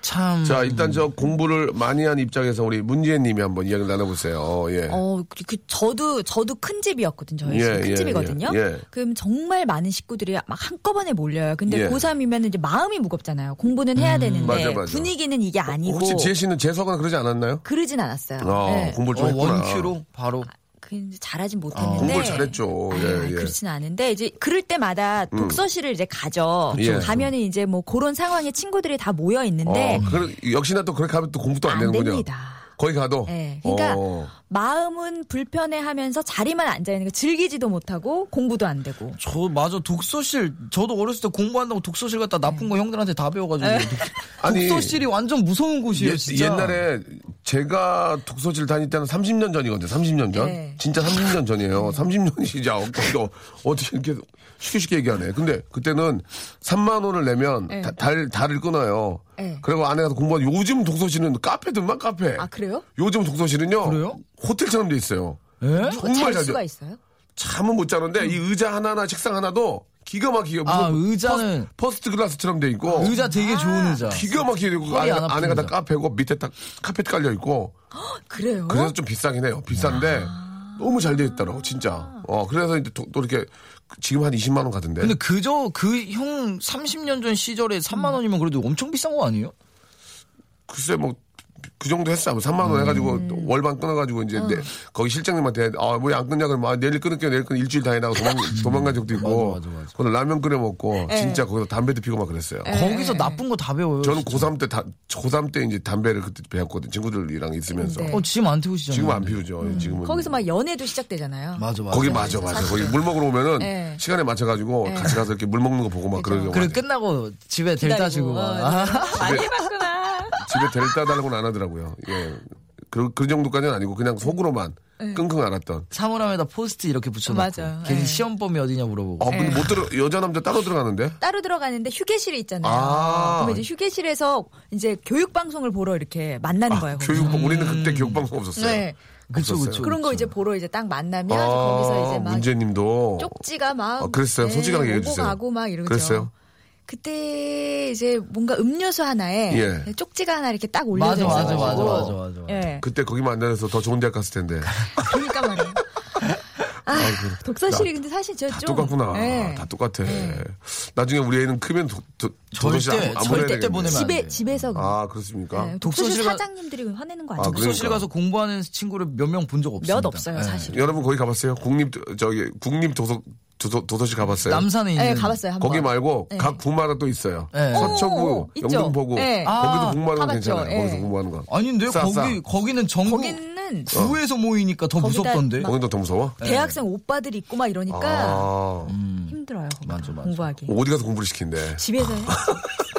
참. 자, 일단 저 공부를 많이 한 입장에서 우리 문지혜 님이 한번 이야기를 나눠보세요. 예. 어, 그, 그 저도 저도 큰 집이었거든요. 저희 예, 집은 큰 예, 집이거든요. 예, 예. 그럼 정말 많은 식구들이 막 한꺼번에 몰려요. 근데 예. 음, 고3이면 이제 마음이 무겁잖아요. 공부는 해야 되는데 맞아, 맞아. 어, 분위기는 이게 아니고 혹시 지혜 씨는 재수하거나 그러지 않았나요? 그러진 않았어요. 아, 네. 공부를 어, 좀 했구나. 원큐로 바로 그 이제 잘하진 못했는데 아, 공부를 잘했죠. 아, 예, 예. 그렇진 않은데 이제 그럴 때마다 독서실을 이제 가죠. 그쵸, 그쵸. 가면은 이제 뭐 그런 상황에 친구들이 다 모여 있는데 어, 그래, 역시나 또 그렇게 하면 또 공부도 안, 안 되는군요. 됩니다. 거기 가도. 예, 그러니까 어. 마음은 불편해하면서 자리만 앉아 있는 거 즐기지도 못하고 공부도 안 되고 저 맞아 독서실 저도 어렸을 때 공부한다고 독서실 갔다 나쁜 거 형들한테 다 배워가지고 독- 아니, 독서실이 완전 무서운 곳이에요 옛- 진짜 옛날에 제가 독서실 다닐 때는 30년 전이거든요. 30년 전. 네. 진짜 30년 음. 전이에요. 30년이지. 어, 어, 어떻게 이렇게 쉽게 쉽게 얘기하네. 근데 그때는 3만 원을 내면 예. 다- 달, 달을 끊어요. 네. 그리고 안에 가서 공부하는 요즘 독서실은 카페들만 카페. 아 그래요? 요즘 독서실은요. 그래요? 호텔처럼 돼 있어요. 예? 정말 잘 잘 수가 돼. 있어요? 음. 잠은 못 자는데 이 의자 하나하나 책상 하나도 기가 막히게 무슨 아 의자는 아, 퍼스트 클래스처럼 돼 있고 의자 되게 좋은 의자 기가 막히게 되고 아, 안에, 허리 안 아픈 안에가 다 의자. 카페고 밑에 딱 카펫 깔려 있고 아, 그래요? 그래서 좀 비싸긴 해요. 비싼데 아. 너무 잘 돼 있더라고 진짜. 어 그래서 이제 또, 또 이렇게 지금 한 20만 원 같은데. 근데 그저 그 형 30년 전 시절에 3만 원이면 그래도 엄청 비싼 거 아니에요? 글쎄 뭐 그 정도 했어. 뭐 3만 원 음. 해가지고 또 월반 끊어가지고 이제 내- 거기 실장님한테 아뭐 안 끊냐 그러면 아, 내일 끊을게요. 내일 끊 일주일 다니다가 도망, 도망간 적도 있고. 음. 맞아, 맞아, 예. 맞아. 그날 라면 끓여 먹고 진짜 거기서 담배도 피고 막 그랬어요. 거기서 나쁜 거 다 배워요 저는 진짜. 고3 때 다, 고3 때 이제 담배를 그때 배웠거든 친구들이랑 있으면서. 음. 네. 어 지금 안 태우시잖아요 지금 안 피우죠. 음. 지금은 거기서 막 연애도 시작되잖아요. 맞아 맞아 거기 맞아 맞아 거기 물 먹으러 오면은 네. 시간에 맞춰 가지고 같이 가서 이렇게 물 먹는 거 보고 막 그러죠. 그래 끝나고 집에 델타 주고 막. 아, 집에 데를 따달라고는 안 하더라고요. 예. 그, 그 정도까지는 아니고 그냥 속으로만 네. 끙끙 앓았던. 사물함에다 포스트 이렇게 붙여놓고 맞아. 걔는 예. 시험범위 어디냐 물어보고 아 네. 근데 못 들어 여자 남자 따로 들어가는데. 따로 들어가는데 휴게실이 있잖아요. 아. 그러면 이제 휴게실에서 이제 교육 방송을 보러 이렇게 만나는 거예요. 거기서. 아, 음. 교육 우리는 그때 교육 방송 없었어요. 아, 네. 그쵸 그쵸 그런 거 이제 보러 이제 딱 만나면 거기서 이제 막 문제님도 쪽지가 막 네, 아, 그랬어요? 솔직하게 얘기해 주세요. 오고 가고 막 이러죠. 그랬어요? 그때 이제 뭔가 음료수 하나에 예. 쪽지가 하나 이렇게 딱 올려져 맞아 맞아 있어 맞아 맞아 맞아 예. 그때 거기 만나서 더 좋은 대학 갔을 텐데. 그러니까 말이에요. 아, 독서실이 근데 사실 다 저좀 예. 똑같구나. 네. 다 똑같아. 나중에 우리 애는 크면 도, 도, 도서실 절대 안, 안 보내야 절대 되겠네. 보내면 안 집에 돼. 집에서 아 그렇습니까? 네, 독서실 독서실 가- 사장님들이 화내는 거 아, 아니에요? 그래요? 독서실 가서 공부하는 친구를 몇 명 본 적 없습니다. 몇 없어요, 예. 사실. 여러분 거기 가봤어요? 국립 저기 국립 도서 도서 도서실 가봤어요? 남산에 있는 네, 가봤어요. 한 거기 번. 말고 네. 각 구마다 또 있어요. 네. 서초구, 오, 있죠. 영등포구 네. 거기도 아, 공부하는 거 가봤죠. 괜찮아요. 네. 거기서 공부하는 거. 아닌데 싸, 거기 싸. 거기는 전국 거기는 저는 구에서 모이니까 더 거기다 무섭던데. 막- 어, 거기도 더 무서워? 대학생 오빠들 있고 막 이러니까 예. 아, 힘들어요. 거기가 맞아, 맞아. 공부하기. 어디 가서 공부를 시킨대? 집에서 해.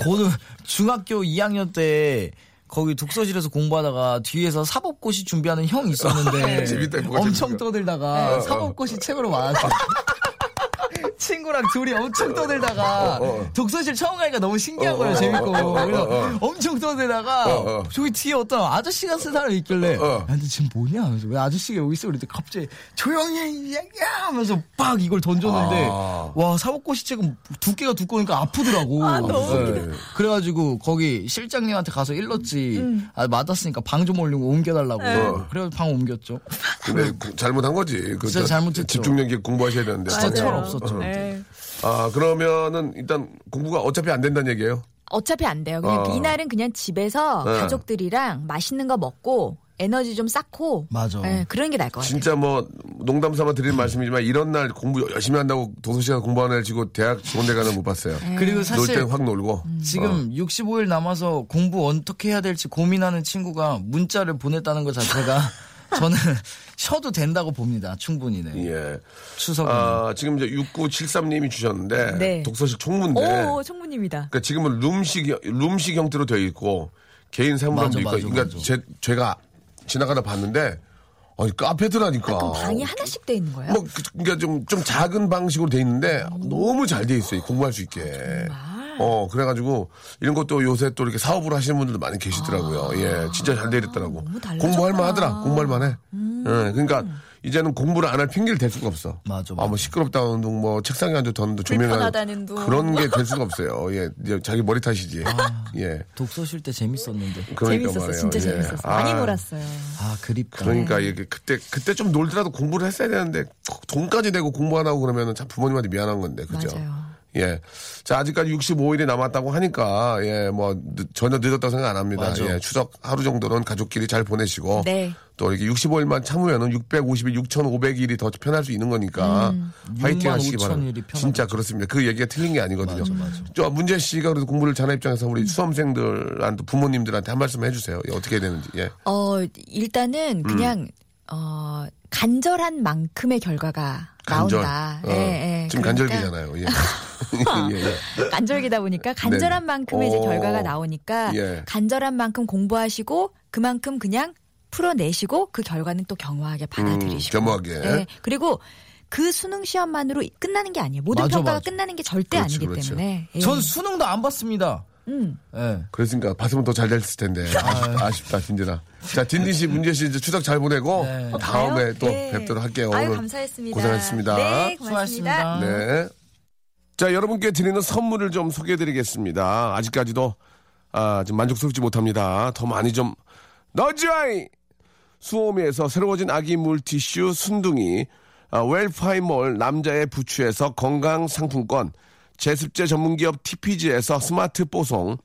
고등 중학교 2학년 때 거기 독서실에서 공부하다가 뒤에서 사법고시 준비하는 형이 있었는데 재밌다, 그거 재밌다. 엄청 떠들다가 사법고시 책으로 어, 와서 네, 친구랑 둘이 엄청 떠들다가 독서실 처음 가니까 너무 신기한 거예요 재밌고 그래서 엄청 떠들다가 어. 저기 뒤에 어, 어떤 아저씨가 쓴 사람이 있길래 어. 야, 근데 지금 뭐냐 하면서 왜 아저씨가 여기 있어 그랬더니 갑자기 조용히 해, 이 얘기야 하면서 빡 이걸 던졌는데 아. 와 사법고시 책은 두께가 두꺼우니까 아프더라고 네. 그래가지고 거기 실장님한테 가서 일렀지 음. 아, 맞았으니까 방 좀 올리고 옮겨달라고 네. 그래서 방 옮겼죠 근데 그 잘못한 거지. 그 진짜 저- 잘못했죠. 집중력 있게 공부하셔야 되는데. 진짜 맞아요. 철 없었죠 어. 예. 아, 그러면은 일단 공부가 어차피 안 된다는 얘기예요? 어차피 안 돼요. 그냥 어. 이날은 그냥 집에서 네. 가족들이랑 맛있는 거 먹고 에너지 좀 쌓고 맞아. 예, 그런 게 나을 것 같아요. 진짜 뭐 농담 삼아 드리는 말씀이지만 이런 날 공부 열심히 한다고 도서시간 공부하는 애 치고 대학 좋은 데 가는 못 봤어요. 그리고 놀 어. 사실 음. 땐 확 놀고. 지금 65일 남아서 공부 어떻게 해야 될지 고민하는 친구가 문자를 보냈다는 것 자체가 저는 쉬어도 된다고 봅니다 충분히 네 예. 추석은 아, 지금 이제 6973님이 주셨는데 네. 독서실 총무인데 오, 청문입니다. 그러니까 지금은 룸식 룸식 형태로 되어 있고 개인 사무관도 맞아, 있고 맞아, 그러니까 맞아. 제, 제가 지나가다 봤는데 아니 카페더라니까. 그럼 방이 하나씩 돼 있는 거예요? 그러니까. 뭐 그- 그러니까 좀, 좀 작은 방식으로 돼 있는데 너무 잘 돼 있어요 공부할 수 있게. 어 그래가지고 이런 것도 요새 또 이렇게 사업을 하시는 분들도 많이 계시더라고요. 예, 진짜 잘 돼 있더라고. 아. 달라졌구나. 공부할 만하더라. 공부할 만해. 음. 예, 그러니까 이제는 공부를 안 할 핑계를 댈 수가 없어. 맞아, 아, 뭐 시끄럽다는 둥, 뭐 책상에 안 좋다는 둥, 조명이 안- 불편하다는 둥. 그런 게 될 수가 없어요. 예, 이제 자기 머리 탓이지. 예. 독서실 때 재밌었는데 그러니까 아. 재밌었어, 말이에요. 진짜 예. 재밌었어. 많이 아, 놀았어요. 아 그립다 그러니까 네. 이게 그때 그때 좀 놀더라도 공부를 했어야 되는데 돈까지 내고 공부 안 하고 그러면 참 부모님한테 미안한 건데 그죠? 맞아요. 예. 자 아직까지 65일이 남았다고 하니까 예뭐 전혀 늦었다고 생각 안 합니다. 맞아. 예, 추석 하루 정도는 가족끼리 잘 보내시고 네. 또 이렇게 65일만 참으면은 650일 6,500일이 더 편할 수 있는 거니까 음. 화이팅 하시기 65,000 일이 바랍니다. 편하다. 진짜 그렇습니다. 그 얘기가 틀린 게 아니거든요. 맞아, 맞아. 저 문재 씨가 그래도 공부를 잘하는 입장에서 음. 우리 수험생들한테 부모님들한테 한 말씀 해주세요. 예, 어떻게 해야 되는지. 예. 어, 음. 일단은 그냥 어, 간절한 만큼의 결과가 간절. 나온다. 어, 예, 예. 지금 그러니까 간절기잖아요. 예. 예, 예. 간절기다 보니까 간절한 네. 만큼의 이제 오. 결과가 나오니까 예. 간절한 만큼 공부하시고 그만큼 그냥 풀어내시고 그 결과는 또 경화하게 받아들이시고 음, 겸허하게. 예, 그리고 그 수능 시험만으로 끝나는 게 아니에요. 모든 맞아, 평가가 맞아. 끝나는 게 절대 그렇지, 아니기 그렇죠. 때문에 예. 전 수능도 안 봤습니다 음. 예. 그랬으니까 봤으면 더 잘 됐을 예. 텐데 아쉽다, 아쉽다 딘디나 자 딘디 씨 문제 씨 이제 추석 잘 보내고 네. 다음에 가요? 또 네. 뵙도록 할게요 아유, 오늘 감사했습니다. 고생하셨습니다. 네, 수고하셨습니다 고맙습니다. 네. 자, 여러분께 드리는 선물을 좀 소개해 드리겠습니다. 아직까지도 아, 좀 만족스럽지 못합니다. 더 많이 좀 넣어줘이! 수오미에서 새로워진 아기 물티슈 순둥이, 아, 웰파이몰 남자의 부추에서 건강 상품권, 제습제 전문기업 TPG에서 스마트 뽀송,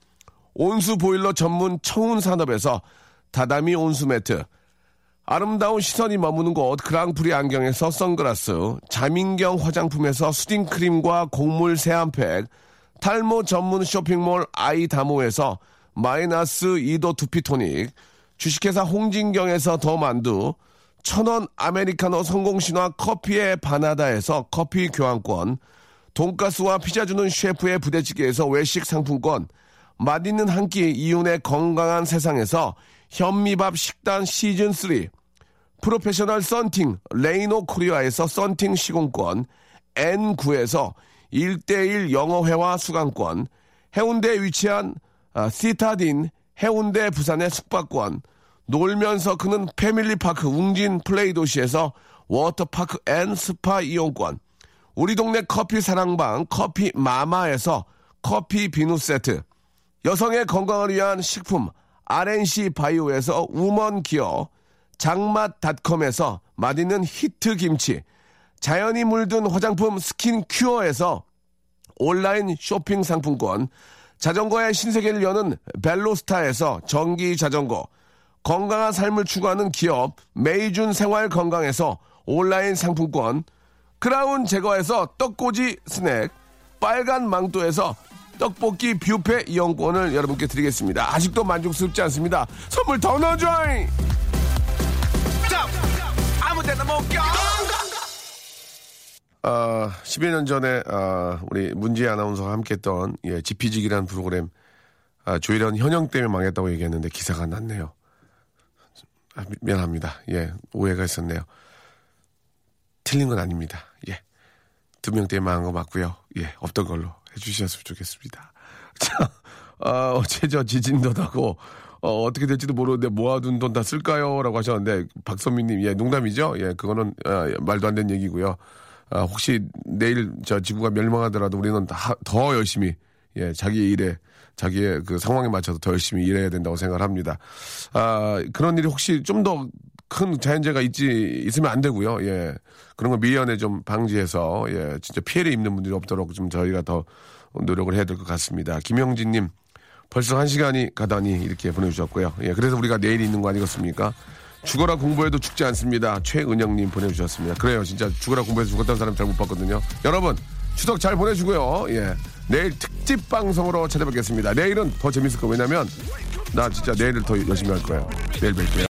온수 보일러 전문 청운 산업에서 다다미 온수 매트, 아름다운 시선이 머무는 곳 그랑프리 안경에서 선글라스 자민경 화장품에서 수딩크림과 곡물 세안팩 탈모 전문 쇼핑몰 아이다모에서 마이너스 2도 두피토닉 주식회사 홍진경에서 더만두 천원 아메리카노 성공신화 커피의 바나다에서 커피 교환권 돈가스와 피자 주는 셰프의 부대찌개에서 외식 상품권, 맛있는 한 끼 이윤의 건강한 세상에서 현미밥 식단 시즌 3, 프로페셔널 썬팅 레이노 코리아에서 썬팅 시공권, N9에서 1대1 영어회화 수강권, 해운대에 위치한 아, 시타딘 해운대 부산의 숙박권, 놀면서 크는 패밀리파크 웅진 플레이 도시에서 워터파크 앤 스파 이용권, 우리 동네 커피 사랑방 커피 마마에서 커피 비누 세트 여성의 건강을 위한 식품 RNC 바이오에서 우먼 기어 장맛닷컴에서 맛있는 히트 김치 자연이 물든 화장품 스킨 큐어에서 온라인 쇼핑 상품권, 자전거의 신세계를 여는 벨로스타에서 전기 자전거, 건강한 삶을 추구하는 기업 메이준 생활 건강에서 온라인 상품권, 크라운 제거에서 떡꼬지 스낵, 빨간 망토에서 떡볶이 뷔페 이용권을 여러분께 드리겠습니다. 아직도 만족스럽지 않습니다. 선물 더 넣어줘잉! 아무 데나 못 가. 아, 10여 년 전에 아, 우리 문지 아나운서와 함께했던 예, 지피지기라는 프로그램 아, 조이런 현영 때문에 망했다고 얘기했는데 기사가 났네요. 아, 미- 미안합니다. 예, 오해가 있었네요. 틀린 건 아닙니다. 예, 두 명 때문에 망한 거 맞고요. 예, 없던 걸로 해주셨으면 좋겠습니다. 자, 아, 어제 저 지진도 나고 어, 어떻게 될지도 모르는데 모아둔 돈 다 쓸까요? 라고 하셨는데 박선미님, 예, 농담이죠. 예, 그거는 아, 말도 안 되는 얘기고요. 아, 혹시 내일 저 지구가 멸망하더라도 우리는 다- 더 열심히 예, 자기 일에 자기의 그 상황에 맞춰서 더 열심히 일해야 된다고 생각을 합니다. 아, 그런 일이 혹시 좀 더 큰 자연재해가 있지 있으면 안 되고요. 예. 그런 거 미연에 좀 방지해서 예, 진짜 피해를 입는 분들이 없도록 좀 저희가 더 노력을 해야 될 것 같습니다. 김영진 님 벌써 한 시간이 가다니 이렇게 보내주셨고요. 예, 그래서 우리가 내일 있는 거 아니겠습니까? 죽어라 공부해도 죽지 않습니다. 최은영님 보내주셨습니다. 그래요, 진짜 죽어라 공부해서 죽었다는 사람 잘 못 봤거든요. 여러분 추석 잘 보내시고요. 예, 내일 특집 방송으로 찾아뵙겠습니다. 내일은 더 재밌을 거예요. 왜냐면 나 진짜 내일을 더 열심히 할 거예요. 내일 뵐게요.